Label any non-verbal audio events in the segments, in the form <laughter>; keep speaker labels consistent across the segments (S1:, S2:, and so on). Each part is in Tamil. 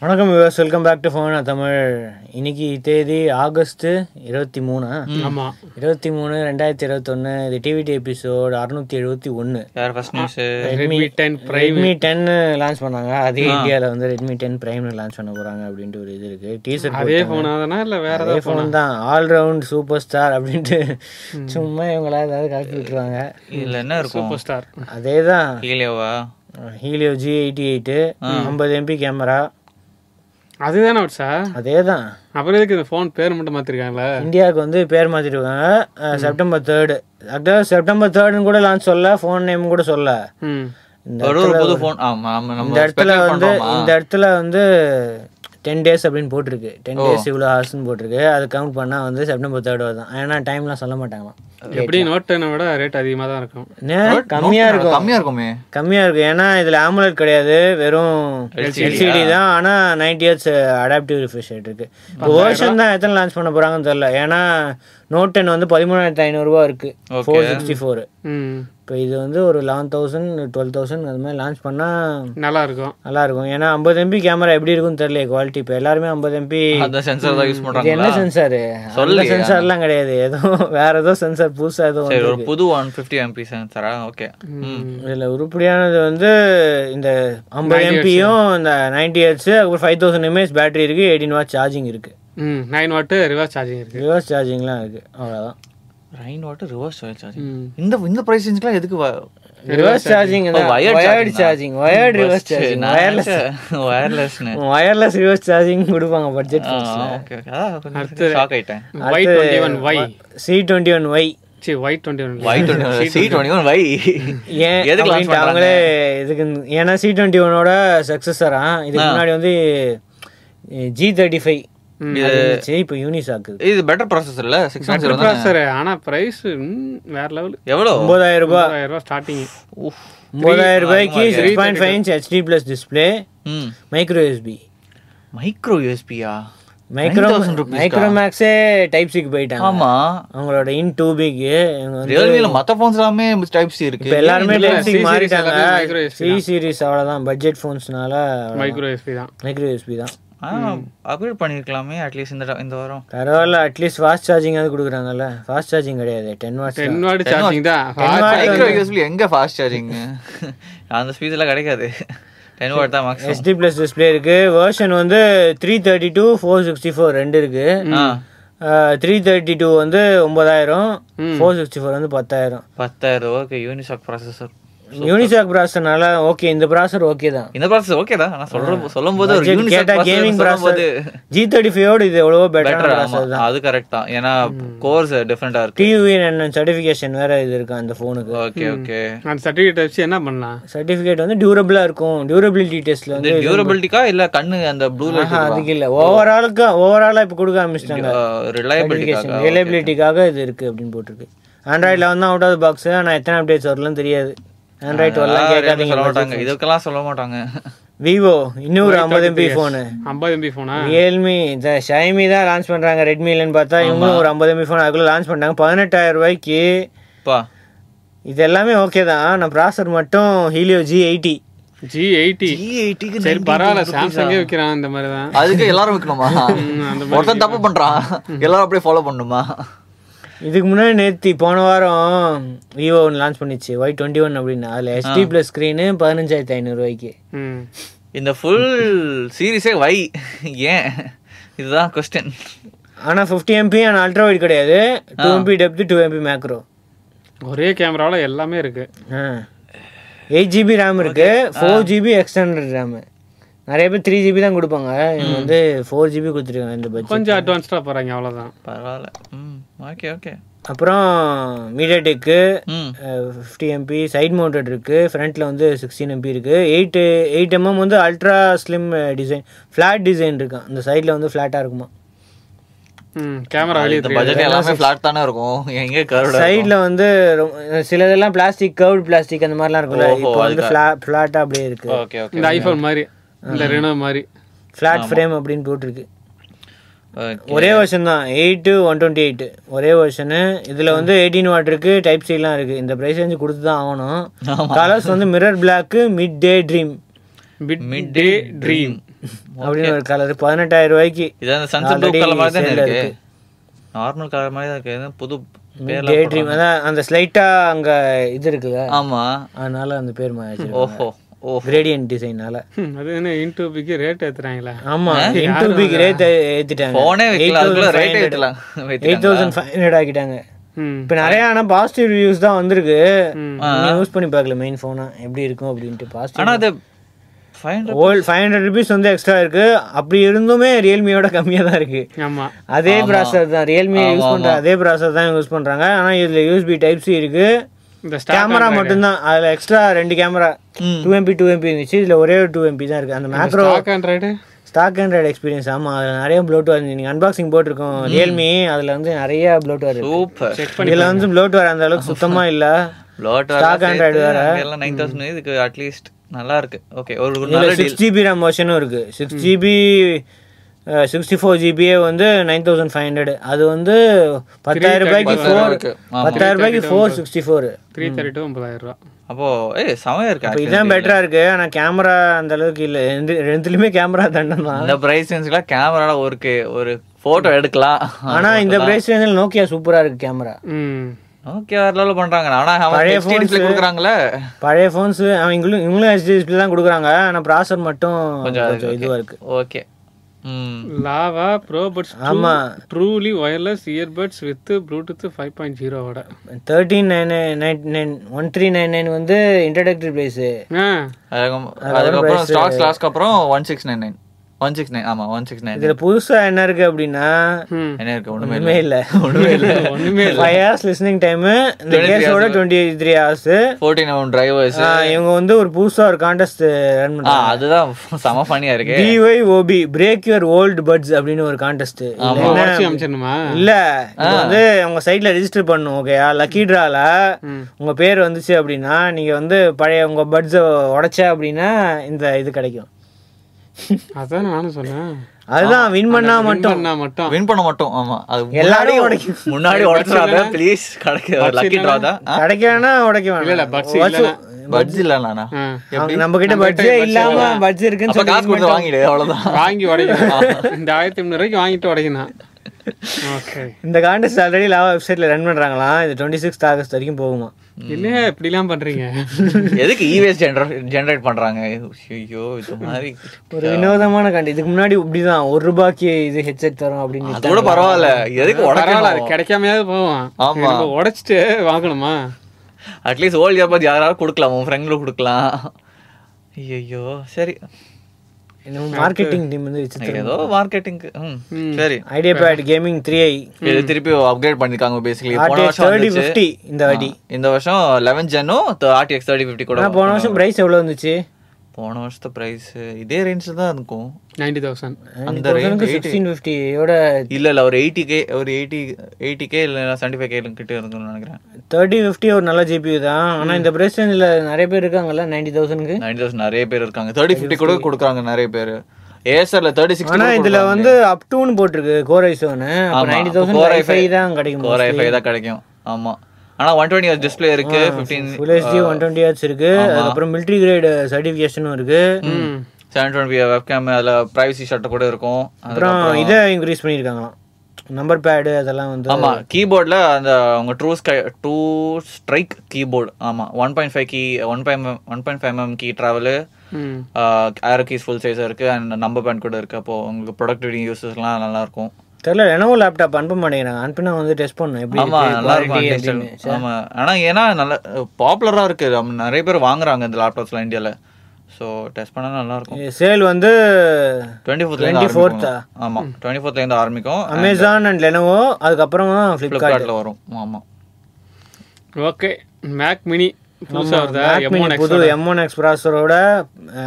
S1: வணக்கம் விவாஸ் வெல்கம் பேக் டு ஃபோனா தமிழ் இன்னைக்கு தேதி ஆகஸ்ட் இருபத்தி மூணு
S2: ஆமா
S1: இருபத்தி மூணு ரெண்டாயிரத்தி இருபத்தொன்னு இது டிவிடி எபிசோட் அறுநூத்தி எழுபத்தி ஒன்று
S3: யார் first news
S1: Redmi
S2: Redmi 10
S1: Redmi டென்னு லான்ச் பண்ணாங்க அதே இந்தியாவில் வந்து ரெட்மி டென் பிரைம்னு லான்ச் பண்ண போகிறாங்க அப்படின்ட்டு ஒரு இது இருக்குது டீசர்ட்
S2: அதே போன் அதனா இல்ல வேற ஏதாவது phone ஆ?
S1: ஃபோன் தான் ஆல்ரவுண்ட் சூப்பர் ஸ்டார் அப்படின்ட்டு சும்மா இவங்களா ஏதாவது கலக்கி விட்டுருவாங்க
S3: இதுல என்ன இருக்கும்
S2: சூப்பர் ஸ்டார்
S1: அதே தான்
S3: ஹீலியோவா
S1: ஹீலியோ ஜி எயிட்டி எயிட்டு ஐம்பது எம்பி கேமரா
S2: அதுதானே ஒரு சார்
S1: அதே தான்
S2: அப்புறம் எதுக்கு இந்த ஃபோன் பேர் மட்டும் மாத்திருக்காங்களா
S1: இந்தியாவுக்கு வந்து பேர் மாற்றிருக்காங்க செப்டம்பர் தேர்டு அதாவது செப்டம்பர் தேர்டுன்னு கூட லான்ச் சொல்ல ஃபோன் நேம் கூட சொல்ல
S2: ம்
S1: இந்த
S3: ஒரு ஒரு புது போன் ஆமா ஆமா
S1: இந்த
S3: நம்ம
S1: இடத்துல
S3: expect
S1: வந்து
S3: பண்றோமா
S1: இந்த இடத்துல வந்து டென் டேஸ் அப்படின்னு போட்டிருக்கு டென் டேஸ் இவ்வளோ ஹார்ஸ்னு போட்டிருக்கு அது கவுண்ட் பண்ணால் வந்து செப்டம்பர் தேர்டு வருதான் ஏன்னா டைம்லாம் சொல்ல மாட்டாங்களாம்
S2: எப்படி நோட் டென்னை விட ரேட் அதிகமா தான் இருக்கும்
S1: என்ன? கம்மியாக இருக்கும்
S3: கம்மியா இருக்குமே
S1: கம்மியா இருக்கும் ஏன்னா இதுல ஆமுலட் கிடையாது வெறும் எல்சிடி தான் ஆனா நைன்டி ஹெட்ஸ் அடாப்டிவ் ரிஃப்ரிஜரேட் இருக்கு இப்போ வேர்ஷன் தான் எத்தனை லான்ச் பண்ண போறாங்கன்னு தெரியல ஏன்னா நோட் டென் வந்து பதிமூணாயிரத்தி ஐநூறுரூவா இருக்கு
S3: Okay.
S1: ஃபோர் சிக்ஸ்டி ஃபோர்
S2: ம்
S1: இப்போ இது வந்து ஒரு லெவன் தௌசண்ட் டுவெல் தௌசண்ட் அது மாதிரி லான்ச் பண்ணா
S2: நல்லா இருக்கும்
S1: நல்லா இருக்கும் ஏன்னா ஐம்பது எம்பி கேமரா எப்படி இருக்கும்னு தெரியல குவாலிட்டி இப்போ எல்லாருமே ஐம்பது எம்பி
S3: அந்த சென்சார் தான் யூஸ்
S1: இது என்ன
S3: பண்றாங்களா
S1: சென்சாரு அந்த
S3: சொல்லலையா?
S1: சென்சார்லாம் கிடையாது ஏதோ வேற ஏதோ சென்சார் புதுசா ஏதோ
S3: சரி ஒரு புது 150 ஃபிஃப்டி எம்பி சென்சாரா ஓகே ம்
S1: இதில் உருப்படியானது வந்து இந்த ஐம்பது எம்பியும் இந்த நைன்டி ஹெட்ஸு அப்புறம் ஃபைவ் தௌசண்ட் எம்ஏஹெச் பேட்டரி இருக்குது எயிட்டின் வாட் சார்ஜிங் இருக்குது
S2: ம் நைன் வாட்டு ரிவர்ஸ் சார்ஜிங் இருக்கு
S1: ரிவர்ஸ் சார்ஜிங்லாம் இருக்குது அவ்வளோதான்
S3: ரெயின் வாட்டர் ரிவர்ஸ் சார்ஜிங்
S2: ம்
S3: இந்த இந்த பிரைஸ் ரேஞ்சுக்குலாம் எதுக்கு
S1: reverse charging
S3: wired
S1: wired
S3: charging
S1: charging wired reverse charging
S3: wireless வயர்லெஸ்னு
S1: <laughs> wireless reverse charging கொடுப்பாங்க பட்ஜெட்
S3: ஓகே ஓகே அதான் கொஞ்சம் ஷாக் ஆயிட்டேன்
S2: Y twenty one Y
S1: C twenty one Y
S2: C Y twenty one
S3: வை <laughs> twenty C twenty one Y
S1: ஏன்
S3: எதுக்கு launch
S1: அப்படின்ட்டு அவங்களே இதுக்கு ஏன்னா சி டுவெண்ட்டி ஒனோட சக்ஸஸரா இதுக்கு முன்னாடி வந்து ஜி தேர்ட்டி ஃபைவ் இருந்துச்சு இப்போ யூனிசாக்கு
S3: இது பெட்டர் ப்ராசஸர் இல்ல சிக்ஸ் ஒன் ஜீரோ
S2: ப்ராசர் ஆனா பிரைஸ் வேற லெவல்
S3: எவ்வளோ
S1: ஒன்பதாயிரம் ரூபாய்
S2: ஆயிரம் ரூபா ஸ்டார்டிங்
S3: உஃப்.
S1: ஒன்பதாயிரம் ரூபாய்க்கு six point five inch HD plus display
S3: ம்
S1: மைக்ரோ யூஎஸ்பி
S3: மைக்ரோ யூஎஸ்பியா
S1: மைக்ரோ
S3: 9,000 rupees
S1: மைக்ரோ மேக்ஸே டைப் சிக்கு போயிட்டாங்க
S3: ஆமா
S1: அவங்களோட இன் டூ பிக்கு இவங்க வந்து
S3: ரியல்மில மத்த ஃபோன்ஸ் எல்லாமே டைப் சி இருக்கு
S1: இப்போ எல்லாருமே
S2: இதுல
S1: டைப் சிக்கு
S2: C-series
S1: மாறிட்டாங்க
S2: எல்லாமே micro USB
S1: சி சீரிஸ் அவ்வளோதான் பட்ஜெட் ஃபோன்ஸ்னால
S2: மைக்ரோ எஸ்பி தான்
S1: மைக்ரோ யூஎஸ்பி தான்
S3: அப்கிரேட் பண்ணிருக்கலாமே அட்லீஸ்ட் இந்த ட- இந்த வாரம்
S1: பரவாயில்ல அட்லீஸ்ட் ஃபாஸ்ட் சார்ஜிங் அது கொடுக்குறாங்கல்ல ஃபாஸ்ட் சார்ஜிங் கிடையாது ten watts
S2: ten watt charging தான்
S3: மைக்ரோ யூஎஸ்பி எங்க ஃபாஸ்ட் சார்ஜிங் அந்த ஸ்பீட் எல்லாம் கிடைக்காது 10 வாட் தான் மேக்ஸிமம்
S1: ஹெச்டி ப்ளஸ் டிஸ்பிளே இருக்கு வெர்ஷன் வந்து three thirty two four sixty four ரெண்டு இருக்கு த்ரீ தேர்ட்டி டூ வந்து ஒன்பதாயிரம் ஃபோர் சிக்ஸ்டி ஃபோர் வந்து பத்தாயிரம்
S3: பத்தாயிரம் ஓகே யூனிசாக் ப்ராசஸர்
S1: யூனிசாக் ப்ராசர்னால ஓகே இந்த ப்ராசர் ஓகே தான்
S3: இந்த ப்ராசஸ் ஓகே தான் நான் சொல்ற சொல்லும்போது ஒரு
S1: Budget
S3: யூனிசாக்
S1: கேட்டா கேமிங்
S3: கேமிங்
S1: ப்ராசர்
S3: சொல்லும்போது
S1: ஜி தேர்ட்டி ஃபைவோட இது எவ்வளவோ பெட்டரான
S3: பெட்டர் ஆமா
S1: ப்ராசர் தான் E
S3: அது கரெக்ட் தான் ஏன்னா கோர்ஸ் டிஃபரெண்டா இருக்கு
S1: டியூஎன் சர்டிஃபிகேஷன் வேற இது இருக்கு அந்த ஃபோனுக்கு
S3: ஓகே ஓகே
S2: அந்த சர்டிஃபிகேட் வச்சு என்ன பண்ணலாம்
S1: சர்டிஃபிகேட் வந்து டியூரபிளா இருக்கும் டியூரபிலிட்டி டெஸ்ட்ல
S3: இந்த
S1: வந்து
S3: டியூரபிலிட்டிக்கா இல்ல கண்ணு அந்த ப்ளூ லைட்
S1: ஆஹா, அதுக்கு இல்ல ஓவராலுக்கு ஓவராலா இப்ப கொடுக்க ஆரம்பிச்சிட்டாங்க
S3: ரிலையபிலிட்டிக்காக
S1: ரிலேபிலிட்டிக்காக இது இருக்கு அப்படின்னு போட்டிருக்கு ஆண்ட்ராய்ட் லெவன் தான் அவுட் ஆஃப் பாக்ஸ் ஆனா எத்தனை அப்டேட்ஸ் வரலாம் தெரியாது ஆண்ட்ராய்ட் வரலாம்
S3: சொல்ல
S1: கேட்காதீங்க
S3: மாட்டாங்க இதுக்கெல்லாம் சொல்ல மாட்டாங்க
S1: விவோ இன்னும் ஒரு ஐம்பது எம்பி ஃபோனு
S2: ஐம்பது எம்பி போனா
S1: ரியல்மி இந்த ஷைமி தான் லான்ச் பண்றாங்க ரெட்மிலன்னு பார்த்தா இவங்களும் ஒரு ஐம்பது எம்பி ஃபோன் அதுக்குள்ள லான்ச் பண்ணாங்க பதினெட்டாயிரம் ரூபாய்க்கு
S3: பா
S1: இது எல்லாமே ஓகே தான் நான் ப்ராசர் மட்டும் Helio G eighty
S2: G eighty சரி பரவாயில்ல சாம்சங்கே விற்கிறான் இந்த மாதிரி தான்
S3: அதுக்கு எல்லாரும் <laughs> வைக்கணுமா ஒருத்தன் தப்பு பண்றான் எல்லாரும் அப்படியே ஃபாலோ பண்ணுமா
S1: இதுக்கு முன்னாடி நேத்தி போன வாரம் விவோ ஒன்று லான்ச் பண்ணிச்சு ஒய் டுவெண்ட்டி ஒன் அப்படின்னு அதில் ஹெச்டி ப்ளஸ் ஸ்க்ரீனு பதினஞ்சாயிரத்தி ஐநூறுரூவாய்க்கு
S2: ம்
S3: இந்த ஃபுல் சீரிஸே வை ஏன் இதுதான் கொஸ்டின்
S1: ஆனால் fifty MP and ultra wide கிடையாது two MP depth two MP macro
S2: ஒரே கேமராவில் எல்லாமே இருக்கு
S1: எயிட் ஜிபி ரேம் இருக்கு ஃபோர் ஜிபி எக்ஸ்டர்னல் ரேமு நிறைய பேர் த்ரீ ஜிபி தான் கொடுப்பாங்க இவங்க வந்து ஃபோர் ஜிபி கொடுத்துருக்காங்க இந்த பட்ஜெட்
S2: கொஞ்சம் அட்வான்ஸ்டாக போகிறாங்க அவ்வளோதான்
S3: பரவாயில்ல ம் ஓகே ஓகே
S1: அப்புறம் மீடியா டெக்கு
S3: ம்
S1: ஃபிஃப்டி எம்பி சைட் மவுண்டட் இருக்குது ஃப்ரண்ட்டில் வந்து சிக்ஸ்டீன் எம்பி இருக்குது எயிட் எயிட் எம்எம் வந்து eh, ultra slim design flat design இருக்கான் இந்த சைடில் வந்து ஃப்ளாட்டாக இருக்குமா
S2: ம் கேமரா வெளியே
S3: இந்த பட்ஜெட் எல்லாமே ஃபிளாட் தானே இருக்கும் எங்க கருடா
S1: சைடில் வந்து ரொம்ப- சிலதெல்லாம் பிளாஸ்டிக் கவுட் பிளாஸ்டிக் அந்த மாதிரிலாம் இருக்கும்ல
S3: ஓஹோ,
S1: இப்போ வந்து ஃப்ளா ஃப்ளாட்டாக அப்படியே இருக்குது
S3: ஓகே ஓகே
S2: இந்த ஐஃபோன் மாதிரி இந்த ரெனோ மாதிரி
S1: ஃப்ளாட் ஃப்ரேம் அப்படின்னு போட்டிருக்கு ஒரே வருஷன் தான் எயிட்டு ஒன் டுவெண்ட்டி எயிட்டு ஒரே வருஷனு இதில் வந்து எயிட்டீன் வாட் இருக்கு டைப் சிலாம் இருக்குது இந்த ப்ரைஸ் ரேஞ்சு கொடுத்து தான் ஆகணும் கலர்ஸ் வந்து mirror black mid day dream
S2: mid day dream
S1: அப்படின்னு ஒரு கலர் பதினெட்டாயிரம் ரூபாய்க்கு
S3: இது அந்த சன்செட் ப்ளூ
S1: Already
S3: கலர் மாதிரி தானே
S1: sale
S3: இருக்கு
S1: இருக்கு.
S3: நார்மல் கலர் மாதிரி தான் இருக்கு எதுவும் புது பேர்ல
S1: டே ட்ரீம் அதான் அந்த ஸ்லைட்டா அங்க இது இருக்குல்ல
S3: ஆமா
S1: அதனால அந்த பேர் மாதிரி
S3: ஓஹோ ஓ
S1: கிரேடியன்ட் டிசைனால
S2: ஹம், அது என்ன இன்டூபிக்கு ரேட் ஏத்துறாங்களா
S1: ஆமா இன்டூபி கிரேட் ஏத்திட்டாங்க
S3: போனே வைக்கலாம் அதுக்குள்ள ரேட்
S1: 8500
S3: ஏத்தலாம்
S1: எயிட் தௌசண்ட் ஃபைவ் ஹண்ட்ரட் ஆக்கிட்டாங்க
S2: ம்
S1: இப்போ நிறைய ஆனா பாசிட்டிவ் ரிவ்யூஸ் தான் வந்திருக்கு யூஸ் பண்ணி பார்க்கல மெயின் ஃபோனா எப்படி இருக்கும் அப்படின்ட்டு
S3: ஆனா
S1: பாசிட்டிவ்
S3: அது five hundred
S1: old five hundred rupees வந்து எக்ஸ்ட்ரா இருக்கு அப்படி இருந்துமே ரியல்மியோட கம்மியா தான் இருக்கு
S2: ஆமா
S1: அதே ப்ராசர் தான் ரியல்மி யூஸ் பண்ற அதே ப்ராசர் தான் யூஸ் பண்றாங்க ஆனா இதுல யூஸ்பி டைப் சி இருக்கு
S2: இந்த ஸ்டாக்
S1: கேமரா மட்டும்தான் அதுல எக்ஸ்ட்ரா ரெண்டு camera two MP two MP இருந்துச்சு இதுல ஒரே ஒரு டூ எம்பி தான் இருக்கு அந்த macro
S2: stock Android
S1: stock hundred experience ஆமா அதுல நிறைய ப்ளோட்வேர் நீங்க அன்பாக்சிங் போட்டிருக்கோம் ரியல்மி அதுல வந்து நிறைய ப்ளோட்வேர் இருக்கு
S3: சூப்பர்
S1: இதுல வந்து ப்ளோட்வேர் அந்த அளவுக்கு சுத்தமா இல்ல
S3: லாட்
S1: Stock Android வேற.
S3: எல்லாம் நைன் தௌசண்ட் இதுக்கு அட்லீஸ்ட் நல்லா இருக்கு ஓகே ஒரு ஒரு
S1: இதுல
S3: நல்ல
S1: சிக்ஸ் ஜிபி ரேம் வெர்ஷனும் இருக்கு சிக்ஸ் ஜிபி சிக்ஸ்டி ஃபோர் ஜிபியே வந்து நைன் தௌசண்ட் ஃபைவ் ஹண்ட்ரட் அது வந்து பத்தாயிரம் ரூபாய்க்கு ஃபோர்
S3: இருக்கு. ஆமா.
S1: பத்தாயிரம் ரூபாய்க்கு four sixty four
S2: three thirty two ஒன்பதாயிரம் ரூபா
S3: அப்போ ஏய் செமையா இருக்கு
S1: இப்போ
S3: actually.
S1: இதுதான் பெட்டரா இருக்கு ஆனா கேமரா அந்த அளவுக்கு இல்ல ரெண்டு ரெண்டுலயுமே கேமரா தண்டம் தான்
S3: இந்த பிரைஸ் ரேஞ்சுக்குலாம் கேமரால ஒரு ஒரு போட்டோ எடுக்கலாம்
S1: ஆனா இந்த பிரைஸ் ரேஞ்சில் நோக்கியா சூப்பரா இருக்கு கேமரா
S2: ம்
S3: ஓகே வேற லெவலில் பண்றாங்க ஆனா அவன்
S1: பழைய
S3: ஹெச்டி டிஸ்பிளே கொடுக்குறாங்கல்ல
S1: பழைய ஃபோன்ஸ் இவங்களும் இவங்களும் ஹெச்டி டிஸ்பிளே தான் கொடுக்குறாங்க ஆனா ப்ராசர் மட்டும் கொஞ்சம் இதுவா இருக்கு
S3: ஓகே ம்
S2: லாவா ப்ரோபட்ஸ்
S1: ஆமா
S2: truly wireless earbuds with Bluetooth five point ஜீரோவோட
S1: thirteen nine nine nine one three nine nine வந்து இன்ட்ரடக்டரி ப்ரைஸு
S2: ஆ
S3: அதுக்கப்புறம் ஸ்டாக்ஸ் லாஸ்க்கு அப்புறம் one six nine nine one six nine ஆமா ஒன் சிக்ஸ் நைன்
S1: இதுல புதுசா என்ன இருக்கு அப்படின்னா
S2: ம்
S3: என்ன இருக்கு ஒண்ணுமே
S1: ஒண்ணுமே இல்ல
S3: ஒண்ணுமே
S1: <laughs>
S3: இல்ல
S2: ஒண்ணுமே இல்ல.
S1: ஃபைவ் ஹவர்ஸ் லிஸ்னிங் டைமு இந்த கேஸோட டுவெண்ட்டி த்ரீ ஹவர்ஸ்
S3: ஃபோர்டீன் அவன் டிரைவர்ஸ்
S1: இவங்க வந்து ஒரு புதுசா ஒரு கான்டெஸ்ட் ரன்
S3: ஆ
S1: பண்ணாங்க
S3: அதுதான் செம ஃபனியா இருக்கு
S1: D Y O B break your old buds அப்படின்னு ஒரு கான்டெஸ்ட்
S2: வச்சு அமிச்சிடணுமா
S1: இல்ல இது வந்து உங்க சைட்ல ரெஜிஸ்டர் பண்ணும் ஓகேயா லக்கி டிரால உங்க பேர் வந்துச்சு அப்படின்னா நீங்க வந்து பழைய உங்க பட்ஸ உடைச்ச அப்படின்னா இந்த இது கிடைக்கும்
S2: அதான் நானும் சொன்னேன்
S1: அதுதான் வின் பண்ணா மட்டும்
S2: நான் மட்டும்
S3: வின் பண்ண மாட்டோம் ஆமா அது
S1: எல்லாரையும்
S3: முன்னாடி
S1: <laughs>
S3: முன்னாடி உடச்சிடாத ப்ளீஸ் கிடைக்க லக்கி ட்ரா தான்
S1: கிடைக்கலன்னா உடைக்க
S2: இல்ல,
S1: வேணாம்
S2: buds
S1: Watch-
S3: பட்ஜ் இல்லண்ணா
S2: ஆ.
S1: அவங்க நம்ம கிட்ட பட்ஜே இல்லாம பட்ஜ் இருக்குன்னு
S3: அப்ப
S1: சொல்லி
S3: காசு கொடுத்து வாங்கிடு அவ்வளவுதான்
S2: வாங்கி உடைக்கணும் இந்த ஆயிரத்தி முந்நூறுக்கு வாங்கிட்டு உடைக்கணும் ஓகே
S1: இந்த கான்டெஸ்ட் ஆல்ரெடி லாவா வெப்சைட்ல ரன் பண்றாங்களாம் இது டுவெண்ட்டி சிக்ஸ் ஆகஸ்ட் வரைக்கும் போகுமா
S2: என்ன இப்படிலாம் பண்றீங்க
S3: எதுக்கு இவேஸ் ஜென்ரேட் ஜென்ரேட் பண்றாங்க ஐயோ இது
S1: <laughs>
S3: மாதிரி
S1: ஒரு வினோதமான கண்டு இதுக்கு முன்னாடி இப்படிதான் ஒரு ரூபாய்க்கு இது ஹெட்செட் தரும் அப்படின்னு
S3: அது கூட பரவாயில்ல எதுக்கு
S2: பரவாயில்ல அது
S3: உடக்கணும்
S2: கிடைக்காமையாவது போவோம்
S3: ஆமா.
S2: நம்ம உடைச்சிட்டு வாங்கணுமா
S3: அட்லீஸ்ட் ஓல்ட் இயர் பத்தி யாராவது கொடுக்கலாம் உன் ஃப்ரெண்ட்களுக்கு கொடுக்கலாம் ஐயோ சரி
S1: மார்க்கெட்டிங் டீம் வந்து விசித்திரம்
S3: ஏதோ மார்க்கெட்டிங்க்கு ம் சரி
S1: IdeaPad gaming three I
S3: இது திருப்பி அப்கிரேட் பண்ணிருக்காங்க பேசிக்கலி போன
S1: ஆர்டிஎக்ஸ்
S3: வருஷம்
S1: தேர்ட்டி
S3: வந்துச்சு
S1: ஃபிஃப்டி இந்த வாட்டி
S3: ஆ, இந்த வருஷம் லெவன் ஜென்னும் ஆர்டிஎக்ஸ் தேர்ட்டி ஃபிஃப்டி கூட
S1: ஆனா போன வருஷம் பிரைஸ் எவ்வளவு வந்துச்சு
S3: போன வருஷத்து ப்ரைஸ் இதே ரேஞ்சில் தான் இருக்கும்
S2: நைன்டி தௌசண்ட்
S3: அந்த range
S1: சிக்ஸ்டீன் ஃபிஃப்டியோட
S3: இல்ல இல்ல ஒரு எயிட்டி கே ஒரு எயிட்டி எயிட்டி கே இல்லை செவன்டி ஃபைவ் கே கிட்ட இருக்கும்னு நினைக்கிறேன்
S1: தேர்ட்டி ஃபிஃப்டி ஒரு நல்ல ஜிபி தான் ஆனா இந்த பிரைஸ் இதுல நிறைய பேர் இருக்காங்கல்ல நைன்டி தௌசண்ட்க்கு
S3: நைன்டி தௌசண்ட் நிறைய பேர் இருக்காங்க தேர்ட்டி ஃபிஃப்டி கூட கொடுக்குறாங்க நிறைய பேர் ஏசர்ல தேர்ட்டி சிக்ஸ்
S1: ஆனா இதுல வந்து அப் டூன்னு போட்டிருக்கு கோரை சோனு
S3: ஆமா,
S1: நைன்டி
S3: அப்ப
S1: தௌசண்ட்
S3: Core
S1: கோரை
S3: i5
S1: ஃபைவ் தான் கிடைக்கும்
S3: கோர் ஐ தான் கிடைக்கும் ஆமா ஆனா ஒன் டுவெண்ட்டி டிஸ்பிளே இருக்கு fifteen
S1: full HD one twenty H இருக்கு அதுக்கப்புறம் மிலிட்ரி கிரேடு சர்டிஃபிகேஷனும் இருக்கு
S3: செவன் டுவெண்ட்டி வெப் கேம் அதுல பிரைவசி ஷர்ட் கூட இருக்கும் அது-
S1: அப்புறம் இதை இன்க்ரீஸ் பண்ணியிருக்காங்களாம் நம்பர் பேடு அதெல்லாம் வந்து
S3: ஆமா கீபோர்ட்ல அந்த உங்க true sky to strike keyboard ஆமா one point five key one point one point five M key travel
S2: ம்
S3: ஏரோ கீஸ் ஃபுல் சைஸ் இருக்கு அண்ட் நம்பர் பேண்ட் கூட இருக்கு அப்போ உங்களுக்கு ப்ரொடக்டிவிட்டி யூசஸ்லாம் நல்லா இருக்கும்
S1: தெரியல ரெனோ லேப்டாப் அனுப்ப மாட்டேங்கிறாங்க அனுப்பினா வந்து டெஸ்ட் பண்ணணும் எப்படி
S3: ஆமா
S1: இருக்கு,
S3: நல்லா இருக்கும்
S1: quality
S3: textile.
S1: அப்படின்னு.
S3: ஆமா ஆனா ஏன்னா நல்ல பாப்புலரா இருக்கு நம்ம நிறைய பேர் வாங்குறாங்க இந்த லேப்டாப்ஸ்லாம் இந்தியால ஸோ டெஸ்ட் பண்ணா நல்லா இருக்கும்
S1: சேல் வந்து
S3: டுவெண்ட்டி ஃபோர்த்லேருந்து ஆரம்பிக்கும் ஆமா டுவெண்ட்டி ஃபோர்த்லேருந்து ஆரம்பிக்கும்
S1: அமேசான் அண்ட் லெனோவோ அதுக்கப்புறம் ஃப்ளிப்கார்ட்
S3: ஃப்ளிப்கார்ட்டில் வரும் ஆமா
S2: ஓகே மேக் மினி புதுசா வருதா M1 X
S1: புது எம் ஒன் எக்ஸ் ப்ராசரோட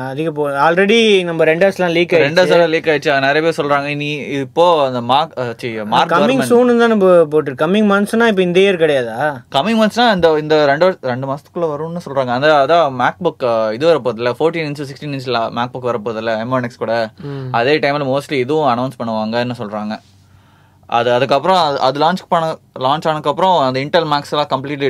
S1: அதிக போ ஆல்ரெடி நம்ம ரெண்டர்ஸ்லாம் லீக்
S3: ரெண்டா சார லீக் ஆயிடுச்சு அது நிறைய பேர் சொல்றாங்க நீ இப்போ அந்த மார்க் மார்க்
S1: கம்மிங் சூன் தான் நம்ம போட்டிருக்கு கம்மிங் மந்த்ஸ்னா இப்போ இந்த இயர் கிடையாதா
S3: கம்மிங் மந்த்ஸ்னா இந்த இந்த ரெண்டு வருஷம் ரெண்டு மாசத்துக்குள்ள வரும்னு சொல்றாங்க அந்த அதான் மேக் புக் இது வர போதில்ல ஃபோர்டீன் இன்ச் சிக்ஸ்டீன் இன்ச்ல மேக் புக் வர போதில்ல எம் கூட அதே டைம்ல மோஸ்ட்லி இதுவும் அனௌன்ஸ் பண்ணுவாங்கன்னு சொல்றாங்க அது அதுக்கப்புறம் அது- அது லான்ச் பண்ண லான்ச் ஆனதுக்கப்புறம் அந்த இன்டெல் மேக்ஸ் எல்லாம் கம்ப்ளீட்லி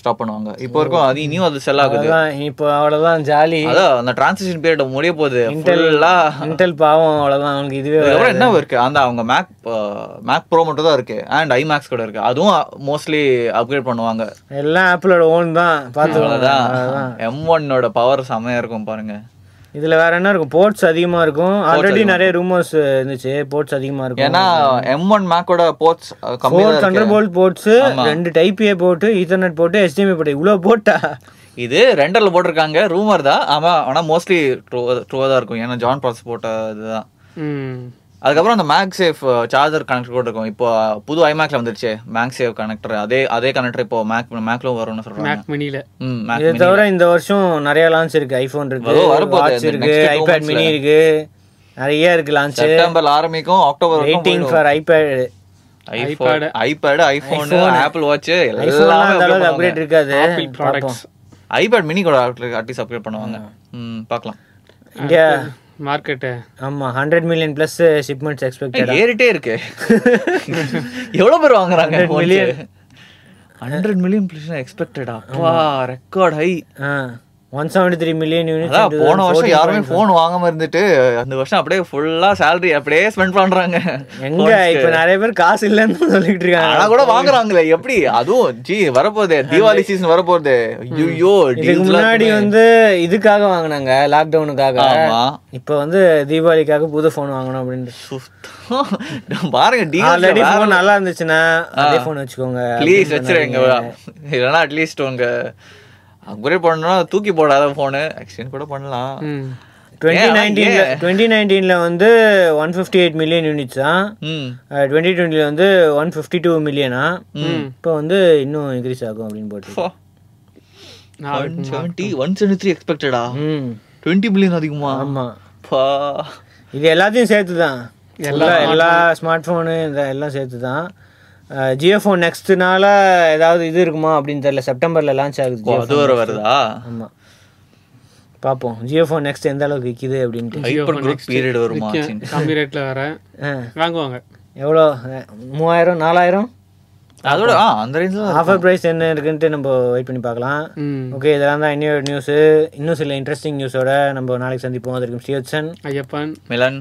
S3: ஸ்டாப் பண்ணுவாங்க இப்போ வரைக்கும் அது இனியும் அது செல் ஆகுது
S1: அதான் இப்போ அவ்வளவுதான் ஜாலி
S3: அதான் அந்த டிரான்சிஷன் பீரியட் முடிய போகுது
S1: Intel-
S3: ஃபுல்லாக
S1: இன்டெல் பாவம் அவ்வளவுதான் அவனுக்கு இதுவே
S3: அதுக்கப்புறம் என்ன இருக்கு அந்த அவங்க மேக் மேக் ப்ரோ மட்டும் தான் இருக்கு அண்ட் ஐமேக்ஸ் கூட இருக்கு அதுவும் மோஸ்ட்லி அப்கிரேட் பண்ணுவாங்க
S1: எல்லாம் ஆப்பிளோட ஓன் தான் பார்த்துக்கோங்க
S3: அதான் எம் ஒன்னோட பவர் செம்மையா இருக்கும் பாருங்க
S1: இதுல வேற என்ன இருக்கும் போர்ட்ஸ் அதிகமா இருக்கும் ஆல்ரெடி நிறைய ரூமர்ஸ் இருந்துச்சு போர்ட்ஸ் அதிகமா இருக்கும்
S3: ஏன்னா எம் ஒன் மேக்கோட போர்ட்ஸ் கம்மியா
S1: ஃபோர்
S3: uh, தான் இருக்கு
S1: தண்டர் போல்ட் போர்ட்ஸ் ரெண்டு டைப் ஏ போட்டு ஈத்தர்நெட் போட்டு HDMI போட்டு இவ்வளோ போட்டா
S3: இது ரெண்டர்ல போட்டிருக்காங்க ரூமர் தான் ஆமா ஆனா மோஸ்ட்லி ட்ரூவா தான் இருக்கும் ஏன்னா ஜான் ப்ராசஸ் போட்ட இதுதான்
S2: ம்
S3: அதுக்கப்புறம் அந்த மேக் சேஃப் சார்ஜர் கனெக்டர் கூட இருக்கும் இப்போ uh, புது ஐமேக்ல வந்துருச்சு மேக் சேஃப் கனெக்டர் அதே அதே கனெக்டர் இப்போ மேக் மேக்ல வரும்னு சொல்றாங்க
S2: மேக் மினில
S3: ம் மேக்
S1: இதை தவிர இந்த வருஷம் நிறைய லான்ச் இருக்கு ஐபோன் இருக்கு
S3: அதோ வரப்போகுது,
S1: வாட்ச்
S3: இந்த
S1: இருக்கு
S3: next two
S1: ஐபேட்
S3: monthsல.
S1: மினி இருக்கு நிறைய இருக்கு லான்ச்
S3: செப்டம்பர்ல ஆரம்பிக்கும் October
S1: waiting for iPad
S3: iPhone iPad iPhone Apple watch
S1: ஐபோன்லாம் அந்த அளவுக்கு
S3: எல்லாமே
S1: அப்கிரேட் இருக்காது
S2: ஆப்பிள் ப்ராடக்ட்ஸ்
S3: ஐபேட் மினி கூட அட்லீஸ்ட் அப்கிரேட் பண்ணுவாங்க ம் பார்க்கலாம்
S1: இந்தியா
S2: மார்க்கெட்டு
S1: ஆமா hundred million plus shipments expected
S3: ஏய், ஏறிட்டே இருக்கு எவ்வளவு பேர் வாங்குறாங்க மில்லியன் ஹண்ட்ரட் மில்லியன் பிளஸ் எக்ஸ்பெக்டடா அப்பா record high
S1: one seventy three million
S3: அதான்
S1: யூனிட்
S3: போன வருஷம் யாருமே ஃபோன் வாங்காம இருந்துட்டு அந்த வருஷம் அப்படியே ஃபுல்லா salary அப்படியே ஸ்பெண்ட் பண்றாங்க
S1: எங்க இப்ப நிறைய பேர் காசு இல்லைன்னு தான் சொல்லிட்டு இருக்காங்க
S3: ஆனா கூட வாங்குறாங்களே எப்படி அதுவும் ஜி வரப்போகுது தீபாவளி சீசன் வரப்போகுது ஐயோ
S1: இதுக்கு முன்னாடி வந்து இதுக்காக வாங்கினாங்க லாக்டவுனுக்காக
S3: ஆமா
S1: இப்போ வந்து தீபாவளிக்காக புது ஃபோன் வாங்கணும் அப்படின்ட்டு
S3: சுத்தம் பாருங்க
S1: ஆல்ரெடி
S3: டீல்
S1: ஃபோன் நல்லா இருந்துச்சுன்னா அதே ஃபோன் வச்சுக்கோங்க
S3: ப்ளீஸ் வச்சிருங்க இல்லைன்னா அட்லீஸ்ட் உங்க அப்கிரேட் பண்ணணும்னா தூக்கி போடாத ஃபோனு எக்ஸ்சேஞ்ச் கூட பண்ணலாம்
S2: ம்
S1: டுவெண்ட்டி
S3: ஏன்,
S1: நைன்டீன்ல டுவெண்ட்டி நைன்டீன்ல வந்து one fifty eight million units தான்
S3: ம்
S1: டுவெண்ட்டி டுவெண்ட்டில வந்து ஒன் ஃபிஃப்டி டூ மில்லியனா இப்போ வந்து இன்னும் இன்க்ரீஸ் ஆகும் அப்படின்னு போட்டு
S3: one seventy one seventy three எக்ஸ்பெக்டடா
S1: ம்
S3: டுவெண்ட்டி பில்லியன் அதிகமா
S1: ஆமா
S3: பா
S1: இது எல்லாத்தையும் சேர்த்து தான் எல்லா எல்லா ஸ்மார்ட் ஃபோனு இந்த எல்லாம் சேர்த்து தான் ஜியோ ஃபோன் நெக்ஸ்ட்னால ஏதாவது இது இருக்குமா அப்படின்னு தெரியல செப்டம்பர்ல லான்ச் ஆகுது
S3: ஓ,
S1: Jio
S3: அது வர வருதா
S1: ஆமா பார்ப்போம் ஜியோ ஃபோன் நெக்ஸ்ட் எந்த அளவுக்கு விற்கிது அப்படின்ட்டு
S3: ஹைப்பர் குரூப் பீரியட் வருமா சரி.
S2: கம்மி ரேட்ல வர
S1: ஆ,
S2: வாங்குவாங்க
S1: எவ்வளோ அஹ், மூவாயிரம் நாலாயிரம்
S3: அதோட ஆ அந்த ரேஞ்சில்
S1: ஆஃபர் ப்ரைஸ் என்ன இருக்குன்ட்டு நம்ம வெயிட் பண்ணி பார்க்கலாம்
S2: ம்
S1: ஓகே இதெல்லாம் தான் இன்னொரு நியூஸு இன்னும் சில இன்ட்ரெஸ்டிங் நியூஸோட நம்ம நாளைக்கு சந்திப்போம் அதற்கு ஸ்ரீவத்சன்
S2: ஐயப்பன்
S3: மிலன்